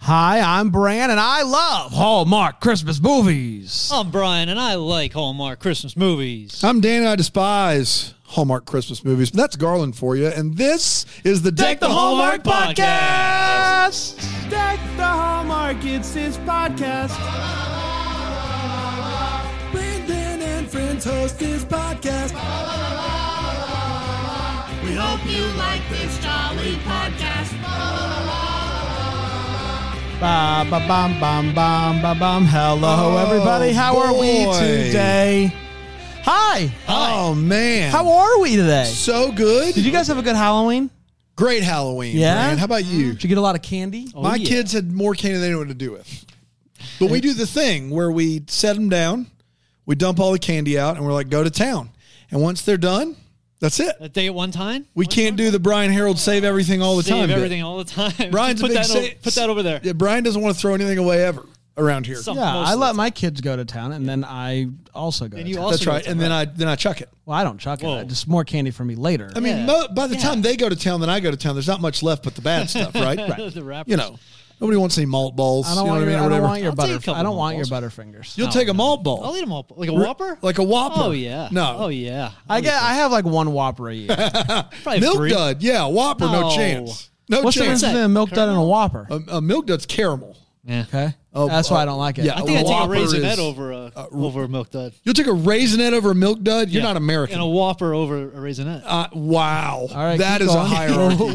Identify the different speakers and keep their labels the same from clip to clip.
Speaker 1: Hi, I'm Bran, and I love Hallmark Christmas movies.
Speaker 2: Oh,
Speaker 3: I'm Brian, and I like Hallmark Christmas movies.
Speaker 2: I'm Dan, and I despise Hallmark Christmas movies. But that's Garland for you, and this is the Deck, the, Hallmark, podcast.
Speaker 4: Deck the Hallmark, it's his podcast.
Speaker 2: Brandon and friends host this podcast.
Speaker 5: We hope you like this jolly podcast.
Speaker 1: Ba ba bum bum bum ba bum. Hello,
Speaker 2: Oh,
Speaker 1: everybody. How are we
Speaker 2: boy.
Speaker 1: today? Hi.
Speaker 2: Oh man,
Speaker 1: How are we today?
Speaker 2: so good?
Speaker 1: Did you guys have a good Halloween?
Speaker 2: Great Halloween,
Speaker 1: Yeah?
Speaker 2: Brand. How about you?
Speaker 1: Did you get a lot of candy?
Speaker 3: Oh,
Speaker 2: My
Speaker 3: yeah.
Speaker 2: kids had more candy than they knew what to do with. But we do the thing where we set them down, we dump all the candy out, and we're like, go to town. And once they're done, that's it.
Speaker 3: A day at one time.
Speaker 2: We can't do the Brian Harold save everything all the
Speaker 3: Save
Speaker 2: time. bit.
Speaker 3: everything all the time.
Speaker 2: Brian's a
Speaker 3: put
Speaker 2: big
Speaker 3: that
Speaker 2: sa-
Speaker 3: o- put that over there.
Speaker 2: Yeah, Brian doesn't want to throw anything away ever around here.
Speaker 3: Some-
Speaker 1: Yeah,
Speaker 3: most
Speaker 1: I
Speaker 3: of
Speaker 1: let
Speaker 3: the
Speaker 1: my kids go to town, and then I also go.
Speaker 3: And
Speaker 1: to
Speaker 3: you
Speaker 1: town.
Speaker 3: also
Speaker 2: That's right. And then I then I chuck it.
Speaker 1: well, I don't chuck
Speaker 3: Whoa.
Speaker 1: it. Just more candy for me later.
Speaker 2: I mean,
Speaker 3: Yeah.
Speaker 2: mo- by the
Speaker 3: Yeah.
Speaker 2: time they go to town, then I go to town. There's not much left but the bad stuff, right?
Speaker 3: I, the wrappers.
Speaker 2: You know, nobody wants any malt balls.
Speaker 1: I don't
Speaker 2: you know
Speaker 1: want
Speaker 2: what
Speaker 1: your,
Speaker 2: I mean,
Speaker 1: I
Speaker 2: or
Speaker 1: don't
Speaker 2: whatever.
Speaker 1: want your
Speaker 3: I'll take
Speaker 1: butter.
Speaker 3: a couple
Speaker 1: I don't
Speaker 3: more
Speaker 1: want your
Speaker 3: balls.
Speaker 1: butterfingers.
Speaker 2: You'll take a malt ball,
Speaker 3: I'll eat them all like a Oh, Whopper.
Speaker 2: like a Whopper.
Speaker 3: Oh yeah.
Speaker 2: no,
Speaker 3: Oh yeah.
Speaker 1: I get. I have like one Whopper a year.
Speaker 3: Probably
Speaker 2: Milk
Speaker 3: three.
Speaker 2: Dud, yeah, Whopper, no,
Speaker 3: No.
Speaker 2: chance, no
Speaker 1: What's the difference
Speaker 2: chance.
Speaker 3: that?
Speaker 1: between a Milk Dud and a Whopper?
Speaker 2: A, a Milk Dud's caramel.
Speaker 3: Yeah.
Speaker 1: Okay,
Speaker 2: Oh,
Speaker 1: that's why
Speaker 2: oh,
Speaker 1: I don't like it.
Speaker 3: I
Speaker 2: yeah.
Speaker 3: think I take a
Speaker 2: Whopper
Speaker 3: raisinette
Speaker 2: is-
Speaker 3: over a over a milk dud.
Speaker 2: You'll take a raisinette over a Milk Dud. You're
Speaker 3: Yeah.
Speaker 2: not American.
Speaker 3: And a Whopper over a raisinette.
Speaker 2: uh, wow,
Speaker 1: All right,
Speaker 2: that
Speaker 1: keep
Speaker 2: is a
Speaker 1: going.
Speaker 2: hierarchy.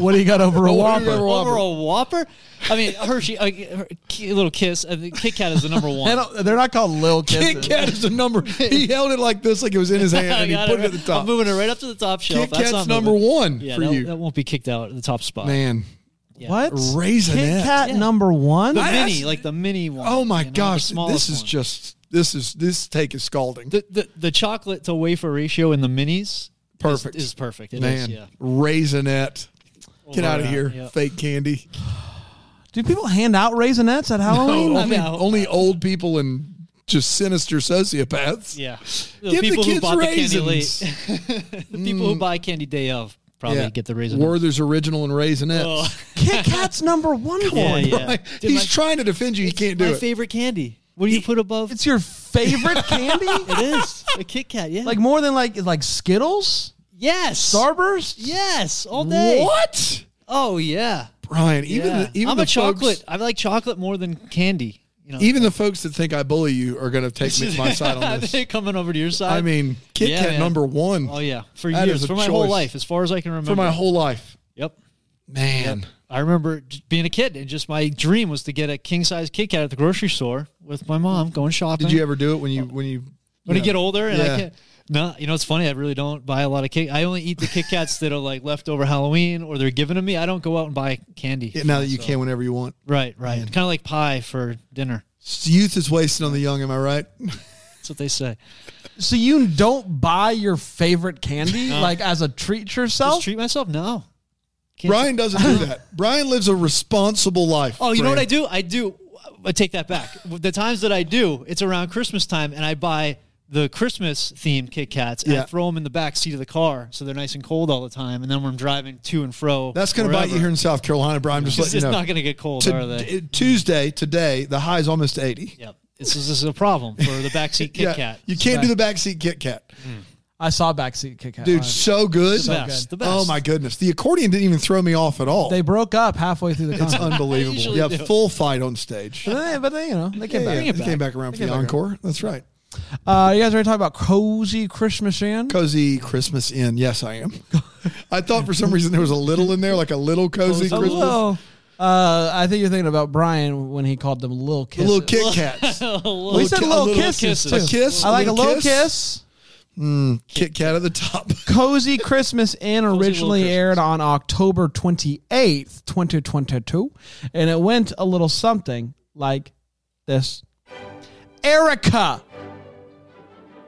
Speaker 1: what do you got over a Whopper?
Speaker 2: Whopper.
Speaker 3: Over a Whopper? I mean, Hershey, uh, her, Ki- little kiss. I think Kit Kat is the number
Speaker 1: They
Speaker 3: one.
Speaker 1: don't, they're not called Lil Kisses.
Speaker 2: Kit Kat is the number. He held it like this, like it was in his hand,
Speaker 3: I
Speaker 2: and he
Speaker 3: got
Speaker 2: put it
Speaker 3: it.
Speaker 2: at the top.
Speaker 3: I'm moving it right up to the top shelf.
Speaker 2: Kit
Speaker 3: That's
Speaker 2: Kat's
Speaker 3: not
Speaker 2: number
Speaker 3: moving.
Speaker 2: one
Speaker 3: Yeah,
Speaker 2: for
Speaker 3: that,
Speaker 2: you,
Speaker 3: that won't be kicked out at the top spot.
Speaker 2: man.
Speaker 3: Yeah.
Speaker 1: What?
Speaker 2: Raisinette.
Speaker 1: Kit Kat number one?
Speaker 3: The
Speaker 2: I-
Speaker 3: mini,
Speaker 2: that's-
Speaker 3: like the mini one.
Speaker 2: Oh my
Speaker 3: you know, the
Speaker 2: gosh,
Speaker 3: smallest
Speaker 2: this is
Speaker 3: one.
Speaker 2: just this is this take is scalding.
Speaker 3: the, the the chocolate to wafer ratio in the minis.
Speaker 2: Perfect.
Speaker 3: is, is perfect. It is.
Speaker 2: Man,
Speaker 3: yeah.
Speaker 2: raisinette. Get out of
Speaker 3: yeah,
Speaker 2: here,
Speaker 3: yeah.
Speaker 2: fake candy.
Speaker 1: Do people hand out raisinettes at Halloween?
Speaker 2: only,
Speaker 3: Oh, I mean,
Speaker 2: only old people and just sinister sociopaths.
Speaker 3: Yeah, the
Speaker 2: Give the
Speaker 3: people
Speaker 2: kids
Speaker 3: who bought
Speaker 2: raisins.
Speaker 3: the candy late, the people who buy candy day of probably
Speaker 2: Yeah.
Speaker 3: get the raisin.
Speaker 2: Werther's original and raisinettes.
Speaker 3: Oh.
Speaker 1: Kit Kat's number one. Come
Speaker 3: Yeah, yeah.
Speaker 2: Like,
Speaker 3: Dude,
Speaker 2: he's
Speaker 3: my-
Speaker 2: trying to defend you. He can't do
Speaker 3: my
Speaker 2: it.
Speaker 3: favorite candy. What do you put above?
Speaker 1: It's your favorite candy?
Speaker 3: it is a Kit Kat. Yeah,
Speaker 1: Like more than like like Skittles,
Speaker 3: yes,
Speaker 1: Starburst.
Speaker 3: yes, all day.
Speaker 2: what,
Speaker 3: Oh yeah.
Speaker 2: Brian? Even
Speaker 3: Yeah.
Speaker 2: the, even
Speaker 3: I'm
Speaker 2: the
Speaker 3: a chocolate.
Speaker 2: folks,
Speaker 3: I like chocolate more than candy. You know,
Speaker 2: even the folks that think I bully you are going to take me my side on this.
Speaker 3: They're coming over to your side.
Speaker 2: I mean, Kit
Speaker 3: Yeah,
Speaker 2: Kat
Speaker 3: man.
Speaker 2: number one
Speaker 3: oh yeah, for
Speaker 2: That
Speaker 3: years,
Speaker 2: is a
Speaker 3: for my whole
Speaker 2: choice.
Speaker 3: life, as far as I can remember.
Speaker 2: for my whole life,
Speaker 3: Yep.
Speaker 2: man.
Speaker 3: I remember j- being a kid, and just my dream was to get a king size Kit Kat at the grocery store with my mom going shopping.
Speaker 2: Did you ever do it when you when you
Speaker 3: When
Speaker 2: yeah.
Speaker 3: I get older, and
Speaker 2: Yeah.
Speaker 3: I can't. No, you know it's funny. I really don't buy a lot of Kit. I only eat the Kit Kats that are like leftover Halloween or they're given to me. I don't go out and buy candy.
Speaker 2: Yeah, now that you can whenever you want.
Speaker 3: Right, right. Kind of like pie for dinner.
Speaker 2: Youth is wasted on the young. Am I right?
Speaker 3: That's what they say.
Speaker 1: So you don't buy your favorite candy
Speaker 2: Uh-huh.
Speaker 1: like as a treat to
Speaker 3: Just
Speaker 1: yourself?
Speaker 3: treat myself? No. Can't
Speaker 2: Brian doesn't do that. Brian lives a responsible life.
Speaker 3: Oh, you know what I
Speaker 2: Brian.
Speaker 3: do? I do. uh, I take that back. the times that I do, it's around Christmas time, and I buy the Christmas themed Kit Kats and
Speaker 2: Yeah.
Speaker 3: I throw them in the back seat of the car so they're nice and cold all the time. And then when I'm driving to and fro,
Speaker 2: That's going to bite you here in South Carolina, Brian. I'm just
Speaker 3: It's,
Speaker 2: letting you
Speaker 3: it's
Speaker 2: know.
Speaker 3: not going to get cold,
Speaker 2: To-
Speaker 3: are they?
Speaker 2: t- Tuesday today, the high is almost eighty.
Speaker 3: yep. This is, this is a problem for the backseat Kit Kat.
Speaker 2: you can't do the backseat Kit Kat,
Speaker 1: I saw backseat Kit Kat.
Speaker 2: dude.
Speaker 1: Live.
Speaker 2: So good,
Speaker 3: the best, the best.
Speaker 2: Oh my goodness, the accordion didn't even throw me off at all.
Speaker 1: they broke up halfway through the
Speaker 2: it's
Speaker 1: concert.
Speaker 2: unbelievable.
Speaker 3: usually
Speaker 2: Yeah,
Speaker 3: do.
Speaker 2: full fight on stage.
Speaker 1: But they, but they, you know, they came
Speaker 2: Yeah,
Speaker 1: back.
Speaker 2: they came back around for the encore. That's right.
Speaker 1: Uh, you guys ready to talk about cozy Christmas in?
Speaker 2: Cozy Christmas Inn. Yes, I am. I thought for some reason there was a little in there, like a little cozy
Speaker 1: A
Speaker 2: Christmas.
Speaker 1: little- Oh, Uh, I think you're thinking about Brian when he called them little
Speaker 2: The
Speaker 1: kisses.
Speaker 2: little Kit Kats.
Speaker 1: We said
Speaker 2: ki- a
Speaker 1: little,
Speaker 2: little
Speaker 1: kisses.
Speaker 3: kisses.
Speaker 1: too.
Speaker 2: A kiss,
Speaker 1: I like a little kiss.
Speaker 2: Kit Kat at the top.
Speaker 1: Cozy Christmas Inn originally
Speaker 3: Christmas.
Speaker 1: aired on October 28th, 2022, and it went a little something like this Erica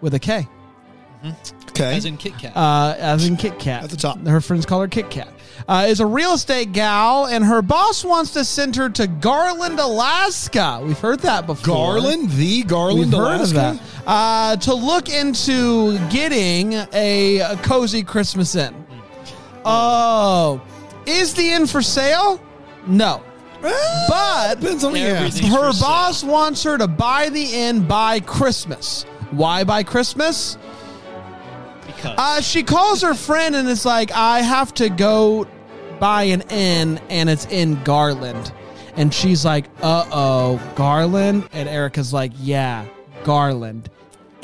Speaker 1: with a K.
Speaker 2: Okay.
Speaker 3: As in Kit Kat.
Speaker 1: uh, as in Kit Kat.
Speaker 2: At the top.
Speaker 1: Her friends call her Kit Kat. Uh, is a real estate gal, and her boss wants to send her to Garland, Alaska. We've heard that before.
Speaker 2: Garland, the Garland,
Speaker 1: We've heard
Speaker 2: Alaska?
Speaker 1: of that. Uh, to look into getting a, a cozy Christmas inn. Oh, is the inn for sale? No. But
Speaker 2: Eh, Depends on the ass.
Speaker 3: Everything.
Speaker 1: her
Speaker 3: for sale.
Speaker 1: boss wants her to buy the inn by Christmas. Why by Christmas?
Speaker 3: Because
Speaker 1: Uh, she calls her friend and it's like, I have to go buy an inn and it's in Garland. And she's like, uh oh, Garland? And Erica's like, yeah, Garland.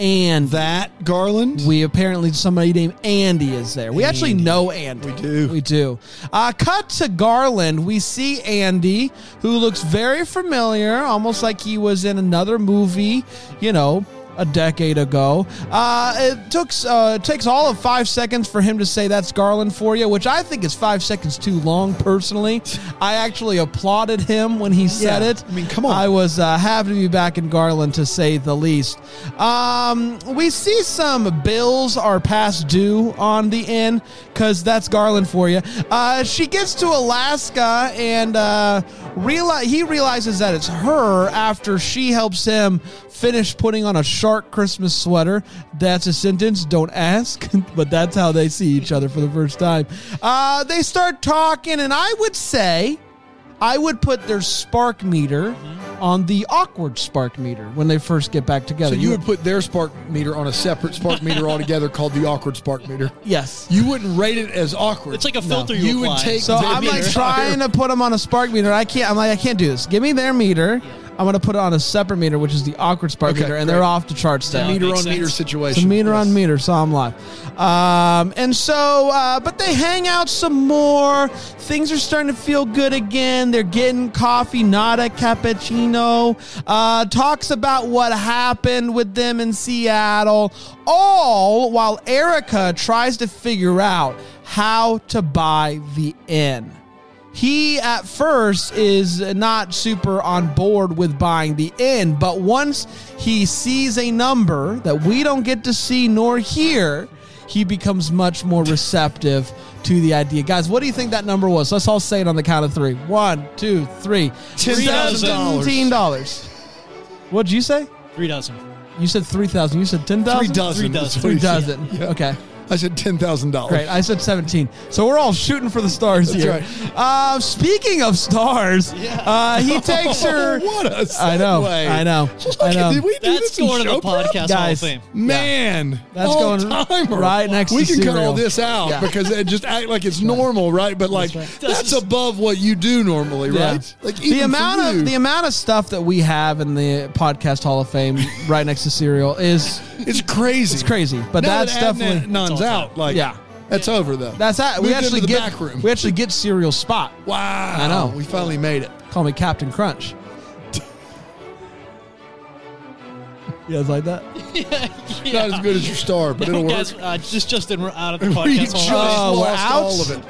Speaker 1: And
Speaker 2: That Garland.
Speaker 1: we apparently somebody named Andy is there. We actually know Andy.
Speaker 2: We do.
Speaker 1: We do. Uh, cut to Garland. We see Andy, who looks very familiar, almost like he was in another movie. You know. A decade ago, uh, it took uh, it takes all of five seconds for him to say that's Garland for you, which I think is five seconds too long. Personally, I actually applauded him when he said
Speaker 2: Yeah.
Speaker 1: it.
Speaker 2: I mean, come on.
Speaker 1: I was uh, happy to be back in Garland, to say the least. Um, we see some bills are past due on the inn because that's Garland for you. Uh, she gets to Alaska and uh, reali- he realizes that it's her after she helps him finish putting on a shark Christmas sweater. That's a sentence, don't ask, but that's how they see each other for the first time. Uh, they start talking, and I would say. I would put their spark meter on the awkward spark meter when they first get back together.
Speaker 2: Mm-hmm. So you would put their spark meter on a separate spark meter altogether called the awkward spark meter.
Speaker 1: yes.
Speaker 2: You wouldn't rate it as awkward.
Speaker 3: it's like a filter you,
Speaker 2: You would
Speaker 3: apply.
Speaker 2: take-
Speaker 1: So
Speaker 2: their
Speaker 1: I'm like
Speaker 2: meter.
Speaker 1: trying to put them on a spark meter. I can't. I'm like I can't do this. Give me their meter. I'm gonna put it on a separate meter, which is the awkward spark
Speaker 2: Okay,
Speaker 1: meter, and
Speaker 2: great.
Speaker 1: they're off the charts
Speaker 3: Yeah.
Speaker 1: now.
Speaker 2: meter
Speaker 3: makes
Speaker 2: on meter
Speaker 3: sense.
Speaker 1: It's a
Speaker 2: situation.
Speaker 1: meter on
Speaker 2: Yes.
Speaker 1: meter, so I'm live. Um, and so, uh, but they hang out some more. Things are starting to feel good again. They're getting coffee, not a cappuccino. Uh, talks about what happened with them in Seattle, all while Erica tries to figure out how to buy the inn. He at first is not super on board with buying the inn, but once he sees a number that we don't get to see nor hear, he becomes much more receptive to the idea. Guys, what do you think that number was? Let's all say it on the count of three. One, two, three.
Speaker 2: $10,000.
Speaker 1: dollars. What'd you say?
Speaker 3: three dozen.
Speaker 1: You said three thousand. You said ten thousand.
Speaker 2: Three dozen.
Speaker 3: Three dozen.
Speaker 1: Three dozen.
Speaker 2: Yeah.
Speaker 1: Okay.
Speaker 2: I said ten thousand dollars.
Speaker 1: Great. I said 17. So we're all shooting for the stars
Speaker 2: That's
Speaker 1: here.
Speaker 2: right.
Speaker 1: Uh, speaking of stars, uh, he takes her.
Speaker 2: what a
Speaker 1: I know.
Speaker 2: segue.
Speaker 1: I know.
Speaker 2: Just
Speaker 1: I
Speaker 2: look
Speaker 1: know.
Speaker 2: At, did we do
Speaker 3: That's
Speaker 2: this in
Speaker 3: going to the
Speaker 2: show prep?
Speaker 3: podcast hall of
Speaker 1: Guys,
Speaker 3: fame.
Speaker 2: Man,
Speaker 1: That's
Speaker 2: all
Speaker 1: going
Speaker 2: timer.
Speaker 1: right next to
Speaker 2: We can cut
Speaker 1: cereal.
Speaker 2: all this out
Speaker 1: Yeah.
Speaker 2: because they just act like it's normal, right? But like
Speaker 1: That's
Speaker 2: that's, above what you do normally,
Speaker 1: Yeah.
Speaker 2: right? Like even
Speaker 1: the
Speaker 2: for
Speaker 1: amount
Speaker 2: you-
Speaker 1: of the amount of stuff that we have in the podcast Hall of Fame, right next to cereal, is
Speaker 2: it's crazy.
Speaker 1: it's crazy. But
Speaker 2: Now
Speaker 1: that's
Speaker 2: that Adnan
Speaker 1: definitely
Speaker 2: non's
Speaker 3: It's all
Speaker 2: out. Like
Speaker 1: Yeah.
Speaker 2: that's over though.
Speaker 1: that's that. We
Speaker 2: Moved into
Speaker 1: actually
Speaker 2: the
Speaker 1: get
Speaker 2: back room.
Speaker 1: we actually get cereal spot.
Speaker 2: wow,
Speaker 1: I know.
Speaker 2: We finally made it.
Speaker 1: Call me Captain Crunch. you guys like that?
Speaker 2: Not as good as your star, but it'll work.
Speaker 3: Guys, uh, just Justin, we're out of the
Speaker 2: We
Speaker 3: podcast.
Speaker 2: just
Speaker 3: hall.
Speaker 1: Oh, we're
Speaker 2: lost
Speaker 1: out?
Speaker 2: all of it.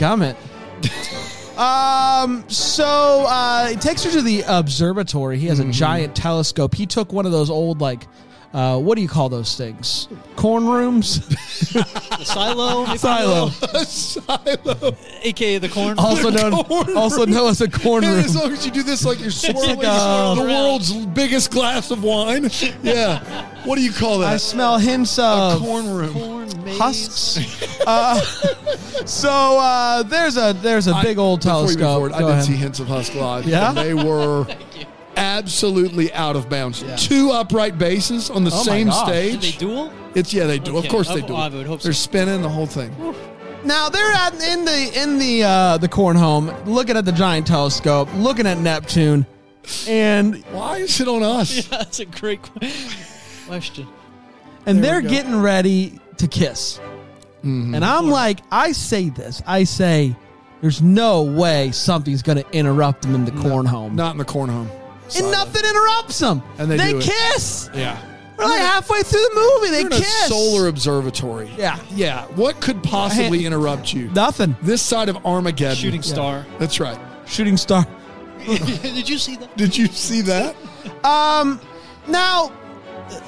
Speaker 1: That gummit. um, so uh, he takes her to the observatory. He has
Speaker 2: Mm-hmm.
Speaker 1: a giant telescope. He took one of those old, like, uh, what do you call those things? Corn rooms?
Speaker 3: The silo, if you
Speaker 1: Silo.
Speaker 3: will,
Speaker 2: Silo.
Speaker 3: aka the corn.
Speaker 1: Also known,
Speaker 2: corn
Speaker 1: also known as a corn
Speaker 2: And
Speaker 1: room.
Speaker 2: as long as you do this, like you're swirling
Speaker 1: like uh, a-
Speaker 2: the world's biggest glass of wine. Yeah. What do you call
Speaker 1: I
Speaker 2: that?
Speaker 1: smell hints
Speaker 2: A
Speaker 1: of
Speaker 2: corn room.
Speaker 3: corn maze.
Speaker 1: husks. uh, so uh, there's a there's a big old
Speaker 2: Before you move
Speaker 1: telescope.
Speaker 2: forward, I
Speaker 1: Go
Speaker 2: did
Speaker 1: ahead.
Speaker 2: see hints of Husk Live.
Speaker 1: Yeah?
Speaker 2: and they were absolutely out of bounds. Two upright bases on the
Speaker 1: Oh my
Speaker 2: same
Speaker 1: gosh.
Speaker 3: Did they
Speaker 2: stage.
Speaker 3: duel?
Speaker 2: It's yeah, they do.
Speaker 3: Okay,
Speaker 2: Of course
Speaker 3: I-
Speaker 2: they do.
Speaker 3: I would hope so.
Speaker 2: They're spinning the whole thing.
Speaker 1: Now they're at in the in the uh, the corn home, looking at the giant telescope, looking at Neptune, and
Speaker 2: Why is it on us?
Speaker 3: That's a great qu- question.
Speaker 1: and
Speaker 2: There
Speaker 1: they're
Speaker 2: we go. Mm-hmm.
Speaker 1: getting ready to kiss. And I'm like, I say this, I say, there's no way something's going to interrupt them in the corn home,
Speaker 2: Not in the corn home.
Speaker 1: and nothing interrupts them.
Speaker 2: And they do it.
Speaker 1: kiss.
Speaker 2: Yeah.
Speaker 1: We're like halfway through the movie, they
Speaker 2: You're in a
Speaker 1: kiss.
Speaker 2: solar observatory.
Speaker 1: Yeah.
Speaker 2: Yeah. What could possibly interrupt you?
Speaker 1: Nothing.
Speaker 2: This side of Armageddon.
Speaker 3: Shooting star.
Speaker 2: That's right.
Speaker 1: Shooting star.
Speaker 3: Did you see that?
Speaker 2: Did you see that?
Speaker 1: Um, now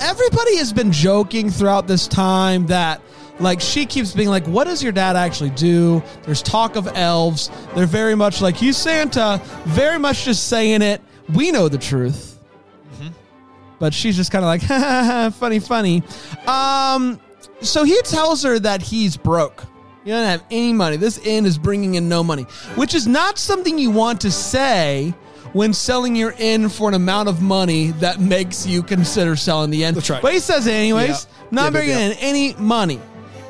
Speaker 1: everybody has been joking throughout this time that like she keeps being like, "What does your dad actually do?" There's talk of elves. They're very much like he's Santa, very much just saying it. We know the truth, but she's just kind of like, "Funny, funny." Um, so he tells her that he's broke. You don't have any money. This inn is bringing in no money, which is not something you want to say when selling your inn for an amount of money that makes you consider selling the inn.
Speaker 2: That's right.
Speaker 1: But he says it anyways.
Speaker 2: Yeah.
Speaker 1: Not
Speaker 2: Yeah, but
Speaker 1: bringing
Speaker 2: yeah.
Speaker 1: in any money.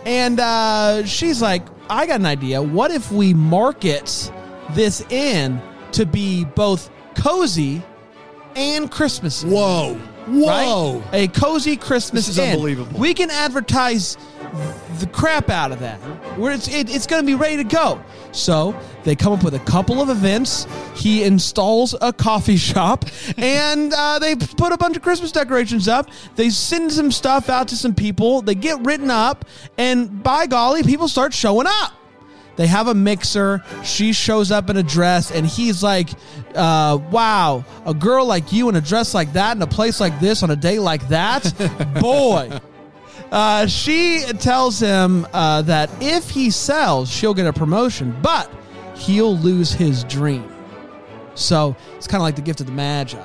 Speaker 1: And uh, she's like, I got an idea. What if we market this inn to be both cozy and Christmassy?
Speaker 2: Whoa.
Speaker 1: right?
Speaker 2: Whoa.
Speaker 1: A cozy Christmas
Speaker 2: This is
Speaker 1: inn.
Speaker 2: unbelievable.
Speaker 1: We can advertise the crap out of that. Where it's it, it's going to be ready to go. So they come up with a couple of events. He installs a coffee shop, and uh, they put a bunch of Christmas decorations up. They send some stuff out to some people. They get written up, and by golly, people start showing up. They have a mixer. She shows up in a dress, and he's like, uh, "Wow, a girl like you in a dress like that in a place like this on a day like that, boy." Uh, she tells him uh, that if he sells, she'll get a promotion, but he'll lose his dream. So it's kind of like the gift of the magi.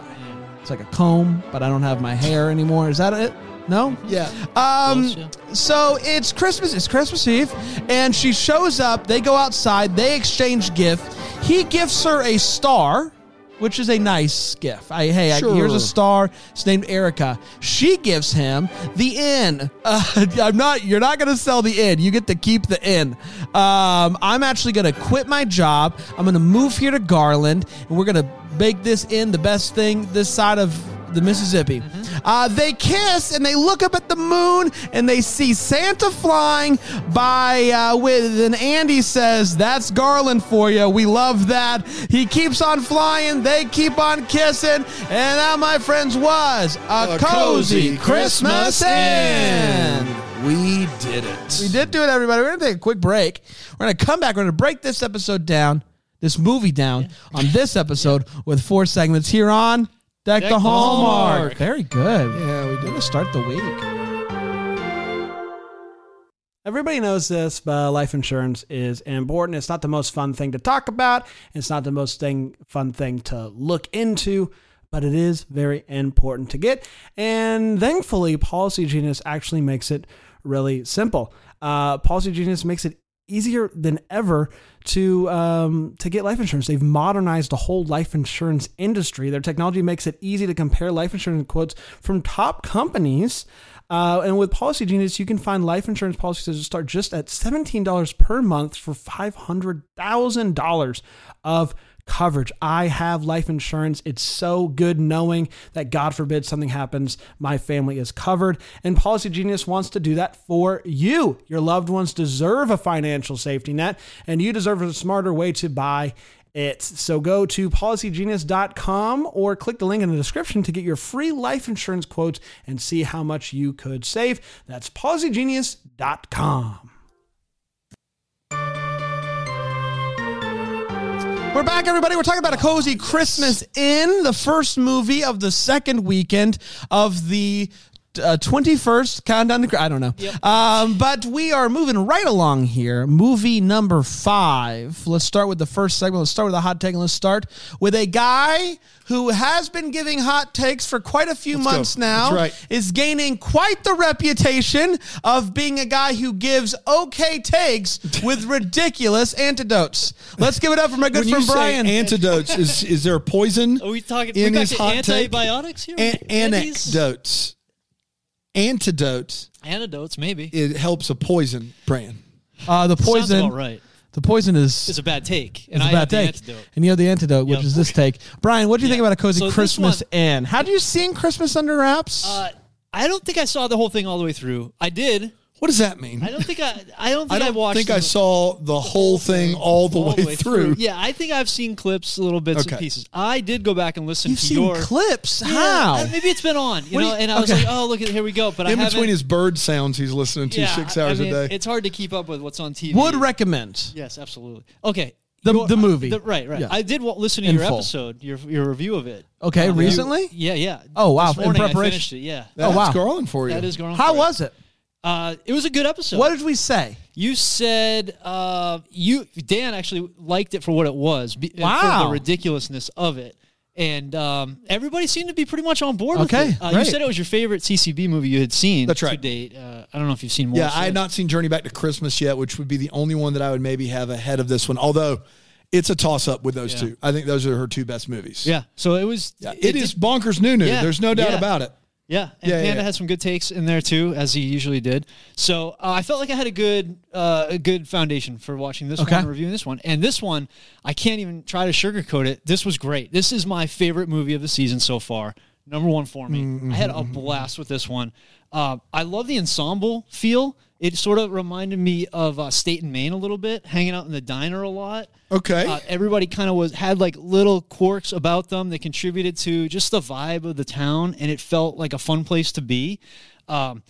Speaker 1: It's like a comb, but I don't have my hair anymore. Is that it? No.
Speaker 2: Yeah.
Speaker 1: Um,
Speaker 3: Close, yeah.
Speaker 1: so it's Christmas. It's Christmas Eve, and she shows up. They go outside. They exchange gift. He gifts her a star, which is a nice gift. I hey, I, here's a
Speaker 2: Sure.
Speaker 1: star. It's named Erica. She gives him the inn. Uh, I'm not. You're not gonna sell the inn. You get to keep the inn. Um, I'm actually gonna quit my job. I'm gonna move here to Garland, and we're gonna make this inn the best thing this side of the Mississippi. Uh, they kiss and they look up at the moon and they see Santa flying by uh, with and Andy says, "That's Garland for you. We love that." He keeps on flying. They keep on kissing, and that, my friends, was a, cozy, Christmas, inn.
Speaker 2: We did it.
Speaker 1: We did do it, everybody. We're going to take a quick break. We're going to come back. We're going to break this episode down, this movie down on this episode with four segments here on Deck, the
Speaker 3: the
Speaker 1: Hallmark.
Speaker 3: Hallmark.
Speaker 1: Very good.
Speaker 2: Yeah, we
Speaker 1: We're
Speaker 2: did
Speaker 1: going
Speaker 2: it.
Speaker 1: to start the week.
Speaker 4: Everybody knows this, but life insurance is important. It's not the most fun thing to talk about. It's not the most thing fun thing to look into, but it is very important to get. And thankfully, Policy Genius actually makes it really simple. Uh, Policy Genius makes it easier than ever to um, to get life insurance. They've modernized the whole life insurance industry. Their technology makes it easy to compare life insurance quotes from top companies. Uh, and with Policy Genius, you can find life insurance policies that start just at $17 per month for $500,000 of coverage. I have life insurance. It's so good knowing that, God forbid, something happens, my family is covered. And Policy Genius wants to do that for you. Your loved ones deserve a financial safety net, and you deserve a smarter way to buy it. So go to policygenius.com or click the link in the description to get your free life insurance quotes and see how much you could save. That's policygenius.com.
Speaker 1: We're back, everybody. We're talking about a cozy Christmas in the first movie of the second weekend of the. Uh, 21st countdown to Chri- I don't know. Um, but we are moving right along here. Movie number five. Let's start with the first segment. Let's start with a hot take and let's start with a guy who has been giving hot takes for quite a few
Speaker 2: go.
Speaker 1: months now.
Speaker 2: That's right.
Speaker 1: Is gaining quite the reputation of being a guy who gives okay takes with ridiculous antidotes. Let's give it up for my good
Speaker 2: When you
Speaker 1: friend
Speaker 2: say
Speaker 1: Brian.
Speaker 2: antidotes, is is there a poison?
Speaker 3: Are we talking?
Speaker 2: in
Speaker 3: we got
Speaker 2: his
Speaker 3: to
Speaker 2: hot
Speaker 3: antibiotics
Speaker 2: take?
Speaker 3: here.
Speaker 2: An- anecdotes. Antidote.
Speaker 3: Antidotes, maybe.
Speaker 2: It helps a poison brand.
Speaker 1: Uh, the
Speaker 3: Sounds
Speaker 1: poison.
Speaker 3: about right.
Speaker 1: The poison is
Speaker 3: It's
Speaker 1: is
Speaker 3: a bad take,
Speaker 1: a
Speaker 3: and I
Speaker 1: bad
Speaker 3: have
Speaker 1: take,
Speaker 3: the antidote.
Speaker 1: and you have the antidote, which
Speaker 3: Yep.
Speaker 1: is this take. Brian, what do you think
Speaker 3: Yeah.
Speaker 1: about a cozy
Speaker 3: So this
Speaker 1: Christmas
Speaker 3: one-
Speaker 1: inn? How do you sing Christmas under wraps?
Speaker 3: Uh, I don't think I saw the whole thing all the way through. I did.
Speaker 2: What does that mean?
Speaker 3: I don't think I. I don't think
Speaker 2: I
Speaker 3: I,
Speaker 2: don't
Speaker 3: watched.
Speaker 2: think I
Speaker 3: the-
Speaker 2: saw the whole thing all the,
Speaker 3: all
Speaker 2: way, through.
Speaker 3: Yeah, I think I've seen clips, little bits and
Speaker 2: Okay.
Speaker 3: pieces. I did go back and listen
Speaker 1: You've
Speaker 3: to
Speaker 1: seen
Speaker 3: your
Speaker 1: clips.
Speaker 3: Yeah,
Speaker 1: How?
Speaker 3: uh, Maybe it's been on, you
Speaker 1: What do
Speaker 3: know.
Speaker 1: you-
Speaker 3: and I was
Speaker 1: okay.
Speaker 3: like, oh, look at here we go. But I
Speaker 2: In
Speaker 3: haven't-
Speaker 2: between his bird sounds, he's listening to
Speaker 3: yeah,
Speaker 2: six
Speaker 3: I- I
Speaker 2: hours
Speaker 3: mean,
Speaker 2: a day.
Speaker 3: It's hard to keep up with what's on TV.
Speaker 1: Would recommend.
Speaker 3: Yes, absolutely. Okay.
Speaker 1: The-
Speaker 3: Your-
Speaker 1: the movie.
Speaker 3: right, right.
Speaker 1: Yeah.
Speaker 3: I did wa- listen to
Speaker 1: In
Speaker 3: your
Speaker 1: full.
Speaker 3: episode, your your review of it.
Speaker 1: Okay,
Speaker 3: Uh, you-
Speaker 1: recently?
Speaker 3: yeah, yeah.
Speaker 1: Oh, wow,
Speaker 3: This
Speaker 1: in
Speaker 3: morning I
Speaker 1: preparation.
Speaker 3: finished it, yeah.
Speaker 2: That's
Speaker 1: Oh, wow.
Speaker 2: Garland for you.
Speaker 3: That is going on.
Speaker 1: How
Speaker 3: for
Speaker 1: was it?
Speaker 3: Uh, it was a good episode.
Speaker 1: What did we say?
Speaker 3: You said uh, you Dan actually liked it for what it was, be,
Speaker 1: Wow.
Speaker 3: for the ridiculousness of it, and um, everybody seemed to be pretty much on board.
Speaker 1: Okay,
Speaker 3: with it. Uh, you
Speaker 1: great.
Speaker 3: said it was your favorite CCB movie you had seen.
Speaker 2: That's
Speaker 3: To
Speaker 2: right.
Speaker 3: date, uh, I don't know if you've seen more.
Speaker 2: Yeah, I
Speaker 3: since.
Speaker 2: had not seen Journey Back to Christmas yet, which would be the only one that I would maybe have ahead of this one. Although it's a toss up with those
Speaker 3: Yeah.
Speaker 2: two. I think those are her two best movies.
Speaker 3: Yeah, so it was.
Speaker 2: Yeah,
Speaker 3: it
Speaker 2: it is bonkers new new.
Speaker 3: Yeah,
Speaker 2: There's no doubt
Speaker 3: yeah.
Speaker 2: about it.
Speaker 3: Yeah, and
Speaker 2: Yeah, yeah,
Speaker 3: Panda
Speaker 2: yeah.
Speaker 3: had some good takes in there too, as he usually did. So uh, I felt like I had a good, uh, a good foundation for watching this one, and reviewing this one, and this one. I can't even try to sugarcoat it. This was great. This is my favorite movie of the season so far. Number one for me.
Speaker 2: Mm-hmm,
Speaker 3: I had a blast with this one. Uh, I love the ensemble feel. It sort of reminded me of uh, State and Maine a little bit, hanging out in the diner a lot.
Speaker 2: Okay.
Speaker 3: Uh, everybody kind of was had like little quirks about them that contributed to just the vibe of the town, and it felt like a fun place to be. Um,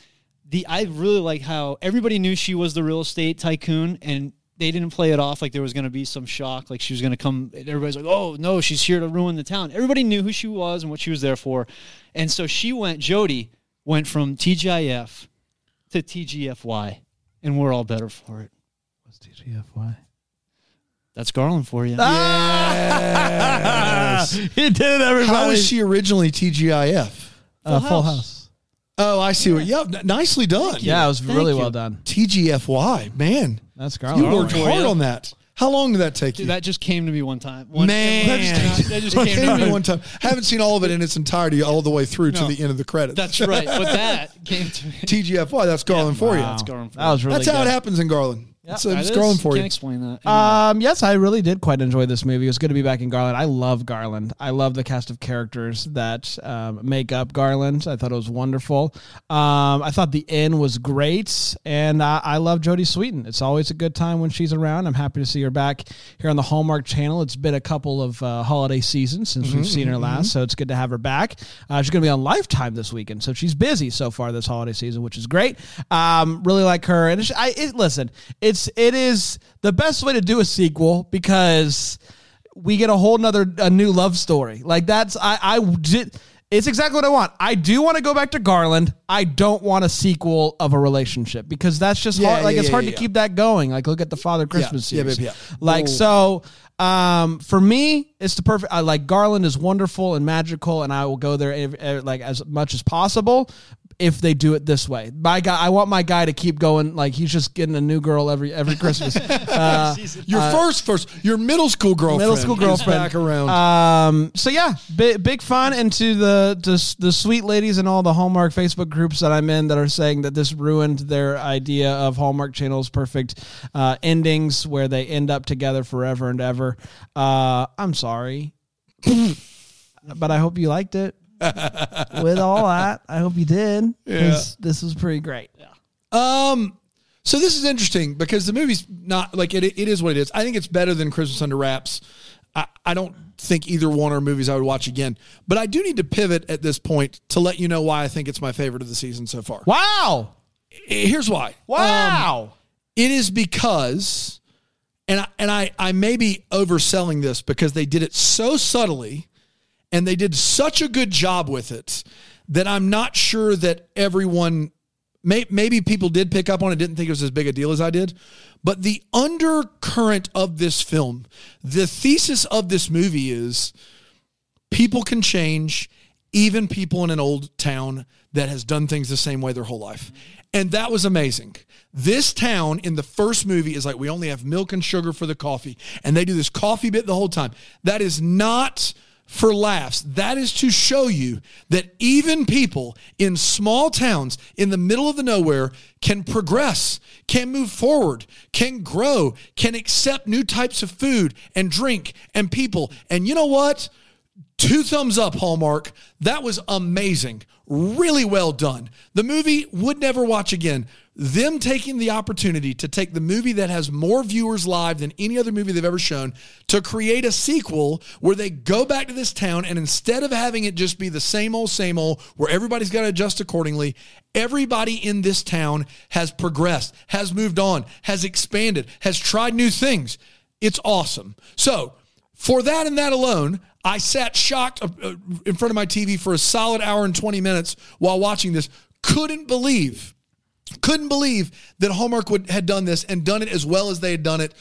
Speaker 3: the I really like how everybody knew she was the real estate tycoon, and they didn't play it off like there was going to be some shock, like she was going to come. And everybody's like, "Oh no, she's here to ruin the town." Everybody knew who she was and what she was there for, and so she went. Jody went from TGIF to TGFY, and we're all better for it.
Speaker 1: What's TGFY?
Speaker 3: That's Garland for you.
Speaker 1: you Ah! did it, everybody.
Speaker 2: How was she originally TGIF?
Speaker 1: Uh,
Speaker 3: Full
Speaker 1: Full
Speaker 3: House.
Speaker 1: House.
Speaker 2: Oh, I see. What, yeah, n- nicely done.
Speaker 1: Yeah, it was
Speaker 3: Thank
Speaker 1: really
Speaker 3: you.
Speaker 1: well done.
Speaker 2: TGFY, man.
Speaker 1: That's
Speaker 2: You
Speaker 1: Garland.
Speaker 2: worked
Speaker 3: Garland.
Speaker 2: hard
Speaker 3: Yeah.
Speaker 2: on that. How long did that take
Speaker 3: Dude,
Speaker 2: you?
Speaker 3: that just came to me one time. One,
Speaker 1: Man.
Speaker 3: that just- that just
Speaker 2: It
Speaker 3: came to me.
Speaker 2: one time. I haven't seen all of it in its entirety, all the way through
Speaker 3: No.
Speaker 2: to the end of the credits.
Speaker 3: That's right. But that came to me.
Speaker 2: TGFY. That's Garland for you.
Speaker 3: That's Garland for
Speaker 1: That was really
Speaker 2: That's how
Speaker 1: good.
Speaker 2: it happens in Garland. It's,
Speaker 3: That
Speaker 2: it's
Speaker 3: is-
Speaker 2: Garland for
Speaker 3: Can't
Speaker 2: you.
Speaker 3: explain that.
Speaker 1: Um, yes, I really did quite enjoy this movie. It was good to be back in Garland. I love Garland. I love the cast of characters that um, make up Garland. I thought it was wonderful. Um, I thought the inn was great, and I, I love Jodie Sweetin. It's always a good time when she's around. I'm happy to see her back here on the Hallmark Channel. It's been a couple of uh, holiday seasons since
Speaker 3: Mm-hmm,
Speaker 1: we've seen her last, so it's good to have her back. Uh, she's going to be on Lifetime this weekend, so she's busy so far this holiday season, which is great. Um, really like her, and it's- I it, listen. It's it is the best way to do a sequel because we get a whole nother a new love story like that's I I did. It's exactly what I want. I do want to go back to Garland. I don't want a sequel of a relationship because that's just
Speaker 2: Yeah,
Speaker 1: hard. Like
Speaker 2: yeah,
Speaker 1: it's
Speaker 2: yeah,
Speaker 1: hard
Speaker 2: yeah,
Speaker 1: to
Speaker 2: yeah.
Speaker 1: keep that going. Like look at the Father Christmas
Speaker 2: Yeah, yeah,
Speaker 1: series.
Speaker 2: yeah, yeah.
Speaker 1: Like
Speaker 2: Ooh.
Speaker 1: so um for me it's the perfect I like Garland is wonderful and magical and I will go there ev- ev- like as much as possible if they do it this way. My guy I want my guy to keep going like he's just getting a new girl every every Christmas. Uh,
Speaker 2: Your first, first, your middle school girlfriend.
Speaker 1: middle school
Speaker 2: is
Speaker 1: girlfriend.
Speaker 2: back around.
Speaker 1: Um, so yeah, big, big fun, and to the to s- the sweet ladies in all the Hallmark Facebook groups that I'm in that are saying that this ruined their idea of Hallmark Channel's perfect uh, endings, where they end up together forever and ever. Uh, I'm sorry, but I hope you liked it. With all that, I hope you did. 'cause
Speaker 2: Yeah.
Speaker 1: This was pretty great.
Speaker 2: Um, so this is interesting because the movie's not like it. It is what it is. I think it's better than Christmas Under Wraps. I, I don't think either one are movies I would watch again. But I do need to pivot at this point to let you know why I think it's my favorite of the season so far.
Speaker 1: Wow!
Speaker 2: Here's why.
Speaker 1: Wow!
Speaker 2: It is because, and I, and I I may be overselling this because they did it so subtly, and they did such a good job with it that I'm not sure that everyone. May, maybe people did pick up on it, didn't think it was as big a deal as I did. But the undercurrent of this film, the thesis of this movie is people can change even people in an old town that has done things the same way their whole life and that was amazing this town in the first movie is like we only have milk and sugar for the coffee and they do this coffee bit the whole time that is not for laughs that is to show you that even people in small towns in the middle of the nowhere can progress can move forward can grow can accept new types of food and drink and people and you know what Two thumbs up, Hallmark. That was amazing. Really well done. The movie would never watch again. Them taking the opportunity to take the movie that has more viewers live than any other movie they've ever shown to create a sequel where they go back to this town and instead of having it just be the same old, same old, where everybody's got to adjust accordingly, everybody in this town has progressed, has moved on, has expanded, has tried new things. It's awesome. So, for that and that alone, I sat shocked uh, uh, in front of my TV for a solid hour and 20 minutes while watching this. Couldn't believe, couldn't believe that Hallmark would, had done this and done it as well as they had done it.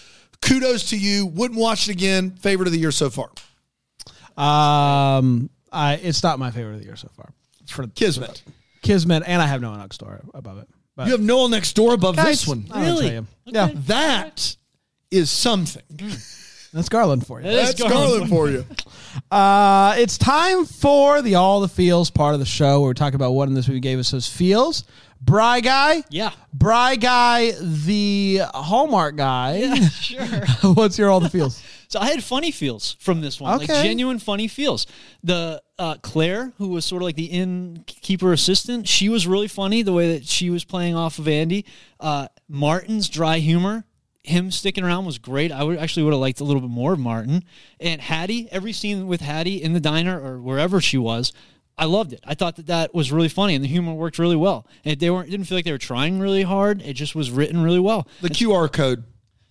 Speaker 2: Kudos to you. Wouldn't watch it again. Favorite of the year so far.
Speaker 1: Um, I, it's not my favorite of the year so far. It's for
Speaker 2: Kismet.
Speaker 1: Kismet, and I have no one next door above it. But
Speaker 2: You have Noel next door above
Speaker 1: Guys,
Speaker 2: this one.
Speaker 1: I don't
Speaker 3: Really?
Speaker 1: tell you. Yeah,
Speaker 2: That is something.
Speaker 1: that's Garland for you.
Speaker 3: That is
Speaker 2: That's Garland for you.
Speaker 1: Uh, it's time for the all the feels part of the show where we talk about what in this movie gave us those feels. Bry guy,
Speaker 3: Yeah.
Speaker 1: Bry guy, the Hallmark guy.
Speaker 3: Sure.
Speaker 1: What's your all the feels?
Speaker 3: So I had funny feels from this one,
Speaker 1: Okay.
Speaker 3: like genuine funny feels. The uh, Claire, who was sort of like the innkeeper assistant, she was really funny the way that she was playing off of Andy. Uh, Martin's dry humor, him sticking around was great. I would actually would have liked a little bit more of Martin and Hattie. Every scene with Hattie in the diner or wherever she was. I loved it. I thought that that was really funny, and the humor worked really well. And they weren't didn't feel like they were trying really hard. It just was written really well.
Speaker 2: The QR code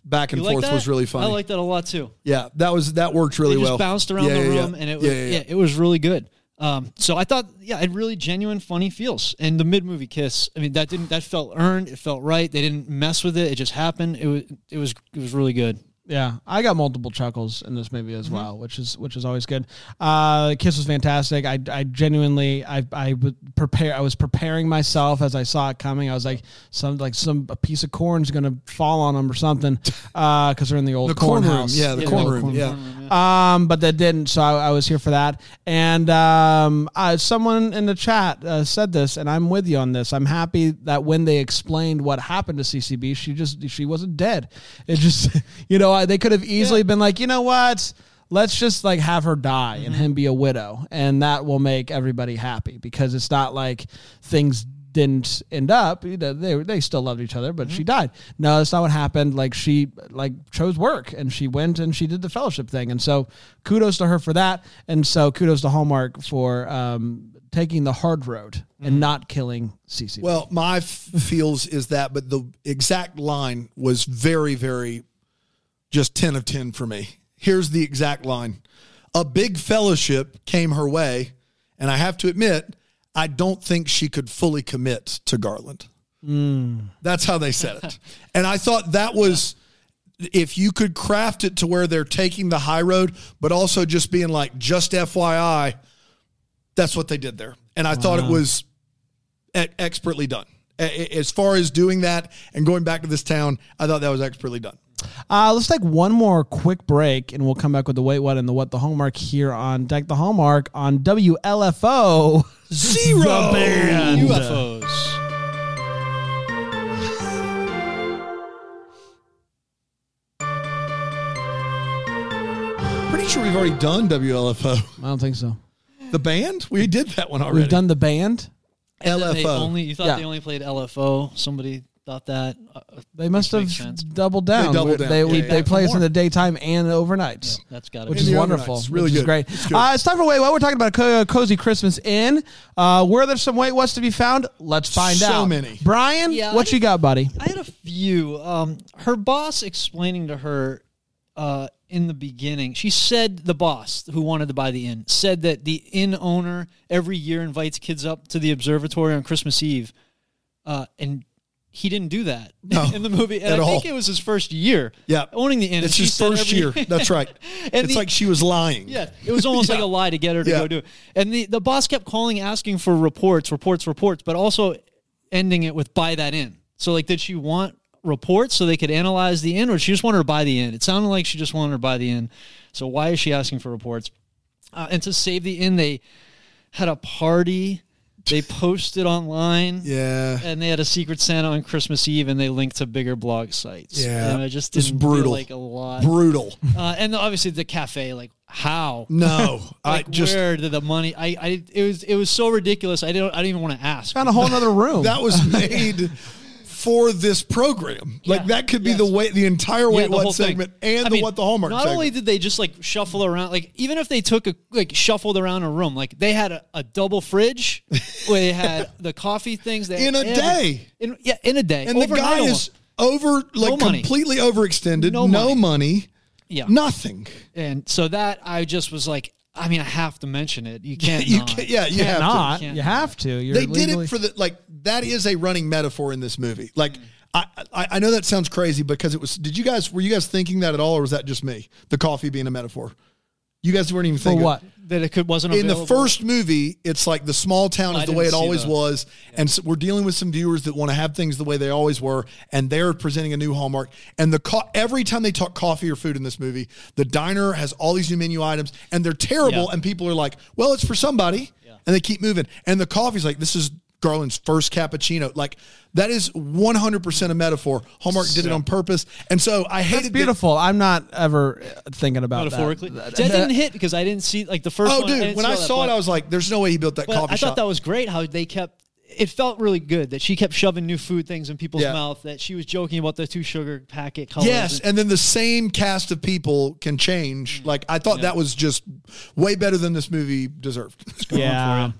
Speaker 2: back and
Speaker 3: You like
Speaker 2: forth was
Speaker 3: that?
Speaker 2: really funny.
Speaker 3: I liked that a lot too.
Speaker 2: yeah, that was that worked really
Speaker 3: They just
Speaker 2: well.
Speaker 3: bounced around
Speaker 2: Yeah,
Speaker 3: the
Speaker 2: yeah, yeah.
Speaker 3: room, and it was,
Speaker 2: Yeah,
Speaker 3: yeah,
Speaker 2: yeah, yeah.
Speaker 3: it was really good. Um, so I thought, yeah, it really genuine, funny feels. And the mid movie kiss, I mean, that didn't that felt earned. It felt right. They didn't mess with it. It just happened. It was it was it was really good.
Speaker 1: Yeah, I got multiple chuckles in this movie
Speaker 2: Mm-hmm.
Speaker 1: as well, which is which is always good. Uh, Kiss was fantastic. I, I genuinely I I would prepare I was preparing myself as I saw it coming. I was like some like some a piece of corn's gonna fall on them or something because they're in the old
Speaker 2: The corn room.
Speaker 1: house.
Speaker 2: Yeah, the
Speaker 1: Yeah,
Speaker 2: corn
Speaker 1: the
Speaker 2: room.
Speaker 1: corn
Speaker 2: yeah.
Speaker 1: Um, but that didn't, so I, I was here for that. And um, I, someone in the chat uh, said this, and I'm with you on this. I'm happy that when they explained what happened to CCB, she just she wasn't dead. It just, you know, I, they could have easily been like, you know what? Let's just like have her die and him be a widow, and that will make everybody happy because it's not like things didn't end up. You know, they they still loved each other, but she
Speaker 2: Mm-hmm.
Speaker 1: died. No, that's not what happened. Like she like chose work and she went and she did the fellowship thing, and so kudos to her for that, and so kudos to Hallmark for um, taking the hard road and not killing Cece.
Speaker 2: Mm-hmm. Well, my f- feels is that, but the exact line was very, very just 10 of 10 for me. Here's the exact line A big fellowship came her way, and I have to admit, I don't think she could fully commit to Garland. That's how they said it. and I thought that was. If you could craft it to where they're taking the high road, but also just being like, just FYI, that's what they did there. And I thought it was e- expertly done. A- a- As far as doing that and going back to this town, I thought that was expertly done.
Speaker 1: Uh, let's take one more quick break, and we'll come back with the wait what and the what the hallmark here on Deck the Hallmark on WLFO.
Speaker 2: Zero.
Speaker 3: UFOs.
Speaker 2: Pretty sure we've already done WLFO.
Speaker 1: I don't think so.
Speaker 2: The band? We did that one already.
Speaker 1: We've done the band.
Speaker 3: They
Speaker 2: LFO.
Speaker 3: only you thought
Speaker 1: Yeah.
Speaker 3: they only played LFO. Somebody thought that. Uh,
Speaker 1: They must
Speaker 3: Which
Speaker 1: have
Speaker 3: makes sense.
Speaker 1: doubled down.
Speaker 2: They doubled down.
Speaker 1: They,
Speaker 2: Yeah, yeah,
Speaker 1: they
Speaker 2: yeah.
Speaker 1: play us in the daytime and overnights.
Speaker 3: that's got to
Speaker 1: which
Speaker 3: be.
Speaker 2: In
Speaker 1: is
Speaker 2: the
Speaker 1: wonderful.
Speaker 2: overnights. Really
Speaker 1: which is
Speaker 2: good.
Speaker 1: great.
Speaker 2: It's
Speaker 1: It's,
Speaker 2: good.
Speaker 1: uh, it's time for Wait What. We're talking about a co- a cozy Christmas inn. Uh, where there's some Wait What's to be found? Let's find
Speaker 2: So
Speaker 1: out.
Speaker 2: many.
Speaker 1: Brian,
Speaker 3: Yeah,
Speaker 1: what
Speaker 3: I-
Speaker 1: you got, buddy?
Speaker 3: I had a few. Um, her boss explaining to her uh, in the beginning, she said the boss who wanted to buy the inn said that the inn owner every year invites kids up to the observatory on Christmas Eve, uh, and he didn't do that in the movie. And
Speaker 2: at
Speaker 3: I
Speaker 2: all.
Speaker 3: think it was his first year
Speaker 2: Yeah.
Speaker 3: owning the inn. and
Speaker 2: It's
Speaker 3: she
Speaker 2: his
Speaker 3: said
Speaker 2: first
Speaker 3: every-
Speaker 2: year. That's right.
Speaker 3: And
Speaker 2: it's
Speaker 3: the-
Speaker 2: like she was lying.
Speaker 3: Yeah, it was almost like a lie to get her to
Speaker 2: Yeah.
Speaker 3: go do it. And the, the boss kept calling, asking for reports, reports, reports, but also ending it with buy that in. So, like, did she want reports so they could analyze the in, or she just wanted her to buy the in? It sounded like she just wanted her to buy the in. So, why is she asking for reports? Uh, and to save the in, they had a party. They posted online,
Speaker 2: Yeah.
Speaker 3: and they had a Secret Santa on Christmas Eve, and they linked to bigger blog sites.
Speaker 2: Yeah.
Speaker 3: and I just
Speaker 2: It's
Speaker 3: didn't
Speaker 2: brutal.
Speaker 3: feel like a lot.
Speaker 2: Brutal.
Speaker 3: Uh, and obviously the cafe, like how?
Speaker 2: No.
Speaker 3: Like
Speaker 2: I just
Speaker 3: where did the money? I, I it was it was so ridiculous. I don't I didn't even want to ask.
Speaker 1: Found a whole other room.
Speaker 2: that was made for this program. Like
Speaker 3: Yeah.
Speaker 2: that could be
Speaker 3: Yes.
Speaker 2: the way the entire
Speaker 3: Yeah,
Speaker 2: way
Speaker 3: the
Speaker 2: what
Speaker 3: whole thing.
Speaker 2: segment and
Speaker 3: I
Speaker 2: the
Speaker 3: mean,
Speaker 2: what the hallmark
Speaker 3: Not
Speaker 2: segment.
Speaker 3: only did they just like shuffle around, like even if they took a like shuffled around a room, like they had a, a double fridge where they had the coffee things. They
Speaker 2: In
Speaker 3: had
Speaker 2: a
Speaker 3: every-
Speaker 2: day.
Speaker 3: In, yeah, in a day.
Speaker 2: and the
Speaker 3: Overnight
Speaker 2: guy
Speaker 3: almost.
Speaker 2: is over like
Speaker 3: money.
Speaker 2: completely overextended, no,
Speaker 3: No
Speaker 2: money.
Speaker 3: money. yeah.
Speaker 2: Nothing.
Speaker 3: And so that I just was like, I mean, I have to mention it. You can't.
Speaker 2: You
Speaker 3: not.
Speaker 2: can, yeah, you have to.
Speaker 1: Not.
Speaker 3: Can't-
Speaker 1: You have to. You're
Speaker 2: they did
Speaker 1: legally-
Speaker 2: it for the like that is a running metaphor in this movie like I, I i know that sounds crazy because it was did you guys were you guys thinking that at all or was that just me the coffee being a metaphor You guys weren't even
Speaker 1: For
Speaker 2: thinking
Speaker 1: what?
Speaker 3: that it could wasn't
Speaker 2: in the
Speaker 3: available.
Speaker 2: first movie, it's like the small town
Speaker 3: I
Speaker 2: is the
Speaker 3: didn't
Speaker 2: way it
Speaker 3: see
Speaker 2: always
Speaker 3: the-
Speaker 2: was, and so we're dealing with some viewers that want to have things the way they always were, and they're presenting a new hallmark. And the co- every time they talk coffee or food in this movie, the diner has all these new menu items, and they're terrible.
Speaker 3: Yeah.
Speaker 2: And people are like, "Well, it's for somebody," and they keep moving. And the coffee's like, "This is." Garland's first cappuccino, like that, is one hundred percent a metaphor. Hallmark did it on purpose, and so I hated
Speaker 1: It's
Speaker 2: that-
Speaker 1: beautiful. I'm not ever uh, thinking about
Speaker 3: metaphorically. That,
Speaker 1: That.
Speaker 3: didn't hit because I didn't see like the first.
Speaker 2: Oh,
Speaker 3: one, I
Speaker 2: dude,
Speaker 3: didn't
Speaker 2: when I
Speaker 3: that,
Speaker 2: saw it,
Speaker 3: but-
Speaker 2: I was like, "There's no way he built that
Speaker 3: But
Speaker 2: coffee
Speaker 3: I
Speaker 2: shop."
Speaker 3: thought that was great how they kept. It felt really good that she kept shoving new food things in people's
Speaker 2: Yeah.
Speaker 3: mouth. That she was joking about the two sugar packet colors.
Speaker 2: Yes, and then the same cast of people can change.
Speaker 1: Mm.
Speaker 2: Like I thought that was just way better than this movie deserved.
Speaker 1: Yeah.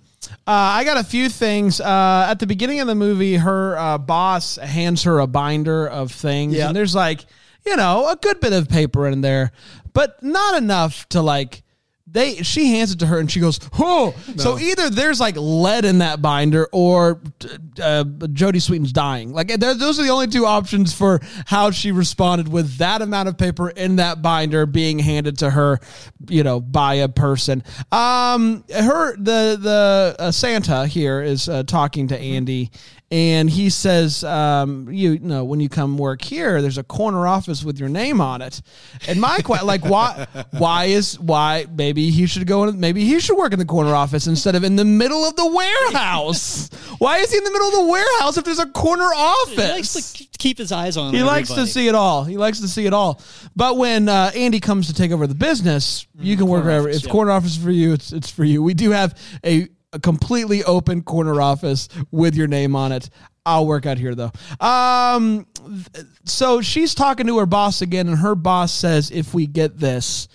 Speaker 1: Uh, I got a few things. Uh, at the beginning of the movie, her uh, boss hands her a binder of things,
Speaker 2: Yeah.
Speaker 1: and there's like, you know, a good bit of paper in there, but not enough to like. They she hands it to her and she goes, "Oh!" So either there's like lead in that binder, or uh, Jodie Sweetin's dying. Like there- those are the only two options for how she responded with that amount of paper in that binder being handed to her, you know, by a person. Um, her the the uh, Santa here is uh, talking
Speaker 3: Mm-hmm.
Speaker 1: to Andy, and he says, um, you know, when you come work here, there's a corner office with your name on it. And my question, like, why, why is why? Maybe he should go in. Maybe he should work in the corner office instead of in the middle of the warehouse. why is he in the middle of the warehouse if there's a corner office?
Speaker 3: he likes to k- keep his eyes on.
Speaker 1: He likes to
Speaker 3: everybody.
Speaker 1: see it all. He likes to see it all. But when uh, Andy comes to take over the business,
Speaker 2: Mm,
Speaker 1: you can work wherever. If corner office is for you, it's it's for you. We do have a, a completely open corner office with your name on it. I'll work out here though. Um, th- so she's talking to her boss again, and her boss says, "If we get this,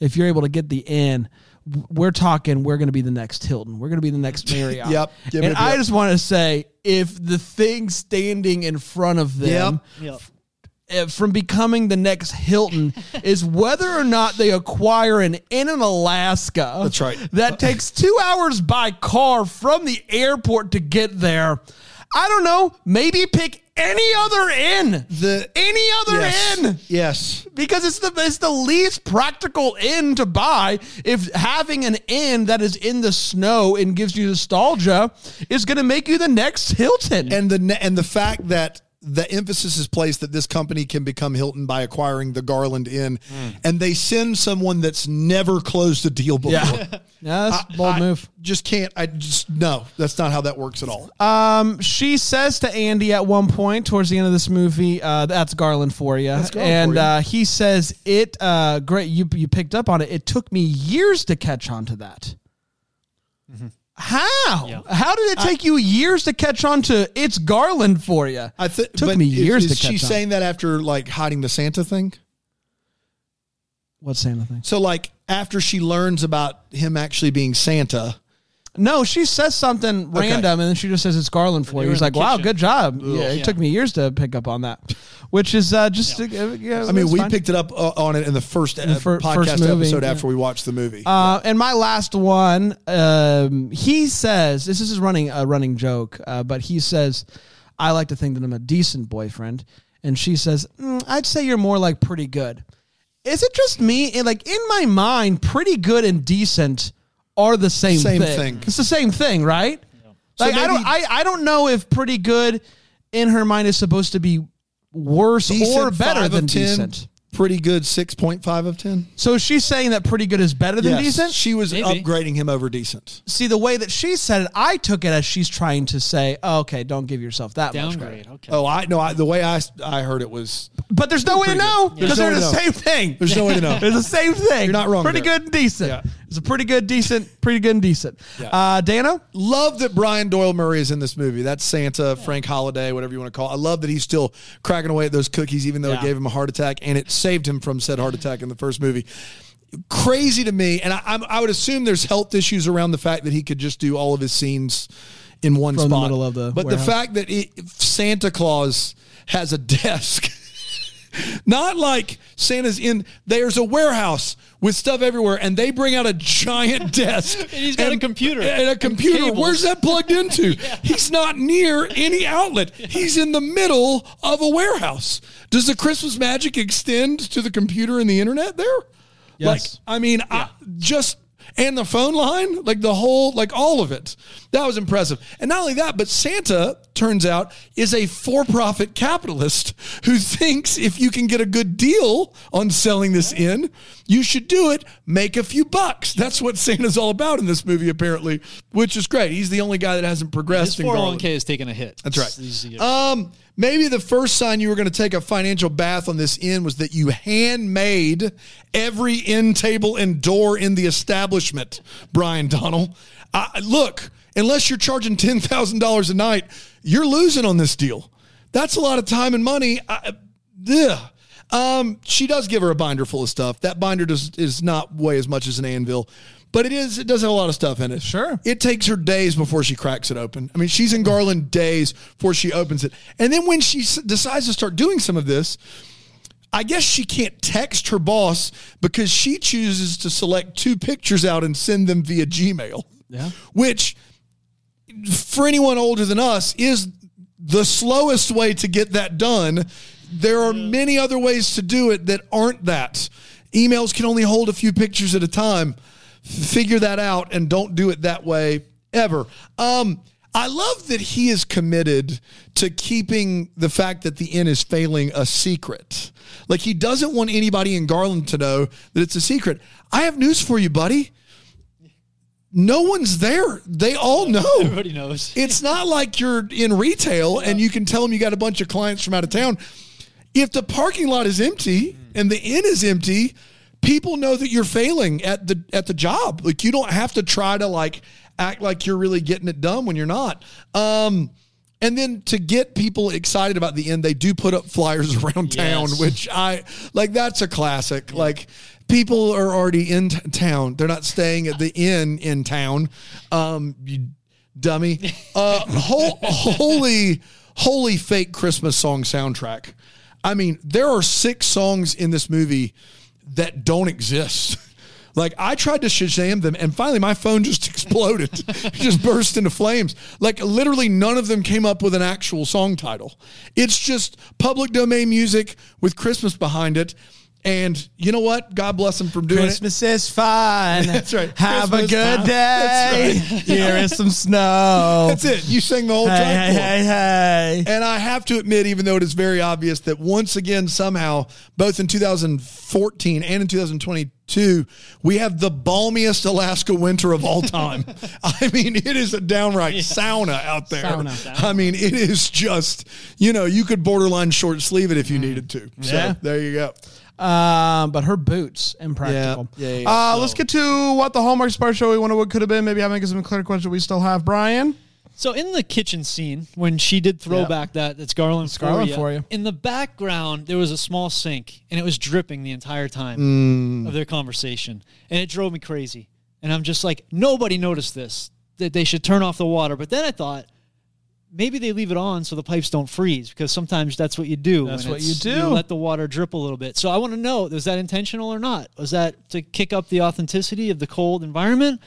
Speaker 1: if you're able to get the in." w- We're talking. We're going to be the next Hilton. We're going to be the next Marriott.
Speaker 2: Yep. Give it
Speaker 1: And
Speaker 2: a
Speaker 1: I
Speaker 2: yep.
Speaker 1: just want to say, if the thing standing in front of them
Speaker 2: Yep.
Speaker 3: Yeah.
Speaker 1: uh, from becoming the next Hilton is whether or not they acquire an inn in Alaska.
Speaker 2: That's right.
Speaker 1: That takes two hours by car from the airport to get there. I don't know. Maybe pick any other inn.
Speaker 2: The-
Speaker 1: any other
Speaker 2: yes.
Speaker 1: inn
Speaker 2: Yes.
Speaker 1: because it's the it's the least practical inn to buy if having an inn that is in the snow and gives you nostalgia is going to make you the next Hilton.
Speaker 2: And the ne- and the fact that the emphasis is placed that this company can become Hilton by acquiring the Garland Inn,
Speaker 1: Mm.
Speaker 2: and they send someone that's never closed a deal before.
Speaker 1: yeah. Yeah, that's a bold
Speaker 2: I
Speaker 1: move.
Speaker 2: Just can't. I just no. That's not how that works at all.
Speaker 1: Uh, she says to Andy at one point towards the end of this movie, uh, "That's Garland for you,"
Speaker 2: Garland
Speaker 1: and
Speaker 2: for ya.
Speaker 1: Uh, he says, "It uh, great you you picked up on it. It took me years to catch on to that." Mm-hmm. How? How did it take you years to catch on to it's Garland for you?
Speaker 2: I think
Speaker 1: took me years
Speaker 2: Is,
Speaker 1: to catch
Speaker 2: she
Speaker 1: on.
Speaker 2: saying that after like hiding the Santa thing?
Speaker 1: What's Santa thing?
Speaker 2: So like after she learns about him actually being Santa.
Speaker 1: No, she says something random, and then she just says it's Garland for you.
Speaker 3: were
Speaker 1: He's
Speaker 3: in
Speaker 1: like,
Speaker 3: the
Speaker 1: "Wow,
Speaker 3: kitchen."
Speaker 1: good job." Yeah, it
Speaker 3: Yeah.
Speaker 1: took me years to pick up on that, which is uh, just. Yeah. Uh, yeah,
Speaker 2: I mean,
Speaker 1: it's
Speaker 2: we
Speaker 1: fine.
Speaker 2: picked it up uh, on it in the first uh,
Speaker 1: fir-
Speaker 2: podcast
Speaker 1: first movie,
Speaker 2: episode
Speaker 1: yeah.
Speaker 2: after we watched the movie.
Speaker 1: Uh, and my last one, um, he says, this is running a running joke, uh, but he says, I like to think that I'm a decent boyfriend. And she says, "Mm, I'd say you're more like pretty good. Is it just me? And like in my mind, pretty good and decent are the same,
Speaker 2: Same
Speaker 1: thing.
Speaker 2: thing.
Speaker 1: It's the same thing, right?
Speaker 2: So
Speaker 1: Like I don't, I,
Speaker 2: maybe-
Speaker 1: I don't know if pretty good in her mind is supposed to be worse
Speaker 2: Decent,
Speaker 1: or better
Speaker 2: five
Speaker 1: than
Speaker 2: of 10,
Speaker 1: decent.
Speaker 2: Pretty good, six point five of ten.
Speaker 1: So she's saying that pretty good is better than
Speaker 2: Yes,
Speaker 1: decent.
Speaker 2: She was
Speaker 3: Maybe.
Speaker 2: upgrading him over decent.
Speaker 1: see the way that she said it, I took it as she's trying to say, oh, "Okay, don't give yourself that much
Speaker 3: downgrade.
Speaker 1: credit."
Speaker 3: Okay.
Speaker 2: Oh, I no. I, the way I I heard it was
Speaker 1: But there's no way to know because
Speaker 2: There's
Speaker 1: they're
Speaker 2: no
Speaker 1: the
Speaker 2: way to
Speaker 1: same
Speaker 2: know.
Speaker 1: thing.
Speaker 2: there's no way to know.
Speaker 1: It's the same thing. You're
Speaker 2: not wrong
Speaker 1: Pretty
Speaker 2: there.
Speaker 1: good and decent. It's a pretty good, decent, pretty good and decent. Uh, Dano,
Speaker 2: Love that Brian Doyle Murray is in this movie. That's Santa, Frank Holiday, whatever you want to call. It. I love that he's still cracking away at those cookies, even though it gave him a heart attack, and it saved him from said heart attack in the first movie. Crazy to me, and I, I'm- I would assume there's health issues around the fact that he could just do all of his scenes in one
Speaker 1: From the
Speaker 2: spot.
Speaker 1: middle of the
Speaker 2: but
Speaker 1: warehouse.
Speaker 2: the fact that it, Santa Claus has a desk. Not like Santa's in. There's a warehouse with stuff everywhere, and they bring out a giant desk. and
Speaker 3: he's got a computer.
Speaker 2: And a
Speaker 3: And
Speaker 2: computer.
Speaker 3: cables.
Speaker 2: Where's that plugged into? He's not near any outlet. He's in the middle of a warehouse. Does the Christmas magic extend to the computer and the internet there?
Speaker 1: Yes.
Speaker 2: Like, I mean, I, just and the phone line, like the whole, like all of it. That was impressive. And not only that, but Santa turns out is a for-profit capitalist who thinks if you can get a good deal on selling this in, you should do it. Make a few bucks. That's what Santa's all about in this movie, apparently, which is great. He's the only guy that hasn't
Speaker 3: His
Speaker 2: progressed. in Garland.
Speaker 3: 401k is taking a hit.
Speaker 2: That's right.
Speaker 3: He's- he's-
Speaker 2: Um, maybe the first sign you were going to take a financial bath on this inn was that you handmade every end table and door in the establishment, Brian Donnell. I, look, unless you're charging ten thousand dollars a night, you're losing on this deal. That's a lot of time and money. I, ugh. Um, she does give her a binder full of stuff. That binder does is not weigh as much as an anvil, but it is. It does have a lot of stuff in it.
Speaker 1: Sure.
Speaker 2: It takes her days before she cracks it open. I mean, she's in Garland days before she opens it, and then when she s- decides to start doing some of this, I guess she can't text her boss because she chooses to select two pictures out and send them via Gmail. Yeah. Which, for anyone older than us, is the slowest way to get that done. There are many other ways to do it that aren't that. Emails can only hold a few pictures at a time. Figure that out and don't do it that way ever. Um, I love that he is committed to keeping the fact that the inn is failing a secret. Like he doesn't want anybody in Garland to know that it's a secret. I have news for you, buddy. No one's there. They all know.
Speaker 3: Everybody knows.
Speaker 2: It's not like you're in retail and you can tell them you got a bunch of clients from out of town. If the parking lot is empty and the inn is empty, people know that you're failing at the at the job. Like you don't have to try to like act like you're really getting it done when you're not. Um and then to get people excited about the inn, they do put up flyers around town,
Speaker 3: Yes.
Speaker 2: which I like. That's a classic. Like people are already in t- town; they're not staying at the inn in town. Um, you dummy. Uh, ho- holy, holy fake Christmas song soundtrack. I mean, there are six songs in this movie that don't exist. Like I tried to Shazam them, and finally my phone just exploded, It just burst into flames. Like literally, none of them came up with an actual song title. It's just public domain music with Christmas behind it. And you know what? God bless them for doing it.
Speaker 1: Christmas is fun.
Speaker 2: That's right.
Speaker 1: Have
Speaker 2: Christmas
Speaker 1: a good
Speaker 2: time.
Speaker 1: day.
Speaker 2: That's
Speaker 1: Here is some snow.
Speaker 2: That's it. You sang the whole
Speaker 1: Hey,
Speaker 2: track.
Speaker 1: hey,
Speaker 2: for 'em.
Speaker 1: hey, hey.
Speaker 2: And I have to admit, even though it is very obvious, that once again, somehow, both in 2014 and in 2022, we have the balmiest Alaska winter of all time. I mean, it is a downright sauna out there.
Speaker 3: Sauna.
Speaker 2: I mean, it is just, you know, you could borderline short sleeve it if
Speaker 3: Mm.
Speaker 2: you needed to. So
Speaker 1: Yeah.
Speaker 2: there you go.
Speaker 1: Um, but her boots impractical.
Speaker 2: Yeah, yeah, yeah.
Speaker 1: uh, Let's get to what the Hallmark Spark Show we wonder what could have been. Maybe having some clear questions we still have. Brian,
Speaker 3: So in the kitchen scene, when she did throw back that that's Garland, for
Speaker 1: Garland
Speaker 3: ya,
Speaker 1: for ya.
Speaker 3: In the background, there was a small sink, and it was dripping the entire time of their conversation, and it drove me crazy. And I'm just like, nobody noticed this that they should turn off the water. But then I thought. Maybe they leave it on so the pipes don't freeze because sometimes that's what you do.
Speaker 1: That's
Speaker 3: when
Speaker 1: what
Speaker 3: it's-
Speaker 1: you do.
Speaker 3: let the water drip a little bit. So I want to know was that intentional or not? Was that to kick up the authenticity of the cold environment?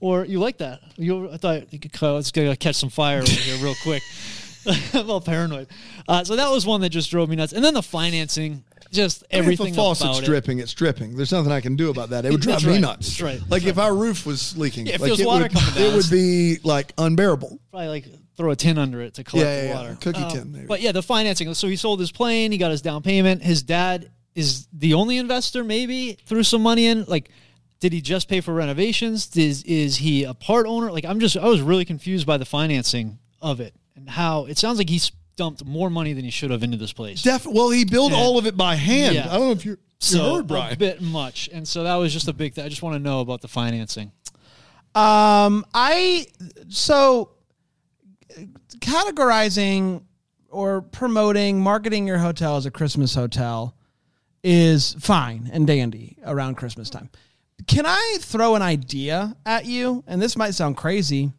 Speaker 3: Or you like that? You, I thought you could, call- it's going to catch some fire over here real quick. I'm all paranoid. Uh, so that was one that just drove me nuts. And then the financing, just
Speaker 2: I mean,
Speaker 3: everything.
Speaker 2: if a faucet's
Speaker 3: about it.
Speaker 2: dripping, it's dripping. There's nothing I can do about that. It would drive
Speaker 3: That's
Speaker 2: me
Speaker 3: right.
Speaker 2: nuts.
Speaker 3: That's right.
Speaker 2: Like if our roof was leaking,
Speaker 3: Yeah, if
Speaker 2: like
Speaker 3: there was water
Speaker 2: would,
Speaker 3: coming down.
Speaker 2: it would be like unbearable.
Speaker 3: probably like throw a tin under it to collect
Speaker 2: Yeah, yeah,
Speaker 3: the
Speaker 2: yeah.
Speaker 3: water. Uh,
Speaker 2: Cookie tin, maybe.
Speaker 3: But yeah, the financing. So he sold his plane. He got his down payment. His dad is the only investor. Maybe threw some money in. Like, did he just pay for renovations? Is is he a part owner? Like, I'm just I was really confused by the financing of it and how it sounds like he dumped more money than he should have into this place.
Speaker 2: Def- well, he built all of it by hand. uh,
Speaker 3: Yeah.
Speaker 2: I don't know if you, you
Speaker 3: so
Speaker 2: heard, Brian.
Speaker 3: a bit much, and so that was just a big. thing. I just want to know about the financing.
Speaker 1: um, I so categorizing or promoting marketing your hotel as a Christmas hotel is fine and dandy around Christmas time. Can I throw an idea at you? And this might sound crazy.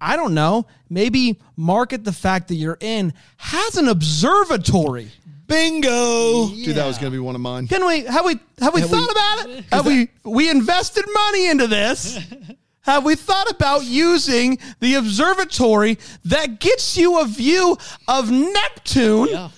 Speaker 1: I don't know. Maybe market the fact that your inn has an observatory.
Speaker 2: Bingo. Dude, that was going to be one of mine.
Speaker 1: Can we have we have we thought about it? Have we we invested money into this? have we thought about using the observatory that gets you a view of Neptune?
Speaker 3: Yeah.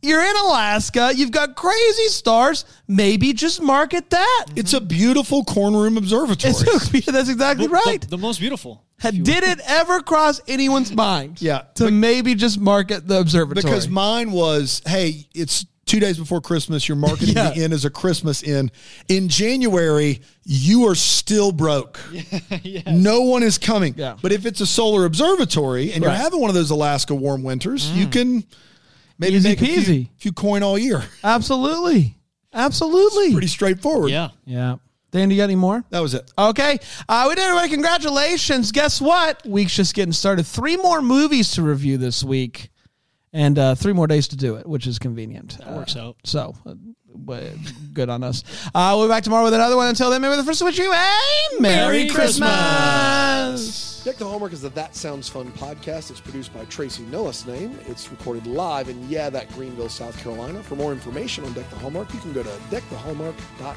Speaker 1: You're in Alaska. You've got crazy stars. Maybe just market that.
Speaker 2: It's a beautiful corn room observatory.
Speaker 1: It's- that's exactly
Speaker 3: The-
Speaker 1: right.
Speaker 3: The, most beautiful.
Speaker 1: Ha- Did it ever cross anyone's mind?
Speaker 2: Yeah.
Speaker 1: To maybe just market the observatory.
Speaker 2: because mine was, hey, it's two days before Christmas. You're marketing
Speaker 1: Yeah.
Speaker 2: the inn as a Christmas inn. In January, you are still broke. No one is coming.
Speaker 1: Yeah.
Speaker 2: But if it's a solar observatory and you're
Speaker 1: Right. Mm.
Speaker 2: having one of those Alaska warm winters, you can maybe
Speaker 1: Easy
Speaker 2: make a few,
Speaker 1: peasy.
Speaker 2: few coin all year.
Speaker 1: Absolutely. Absolutely.
Speaker 2: Pretty straightforward.
Speaker 3: Yeah.
Speaker 1: yeah. Dan, do you got any more?
Speaker 2: That was it.
Speaker 1: Okay. Uh, we did, everybody. Congratulations. Guess what? Week's just getting started. Three more movies to review this week and uh, three more days to do it, which is convenient. That
Speaker 3: works out.
Speaker 1: So, uh, w- good on us. Uh, we'll be back tomorrow with another one. Until then, remember the first switch you. Hey, Merry,
Speaker 3: Merry
Speaker 1: Christmas.
Speaker 6: Deck the Hallmark is the That Sounds Fun podcast. It's produced by Tracy Noah's name. It's recorded live in, yeah, that Greenville, South Carolina. For more information on Deck the Hallmark, you can go to deckthehallmark.com.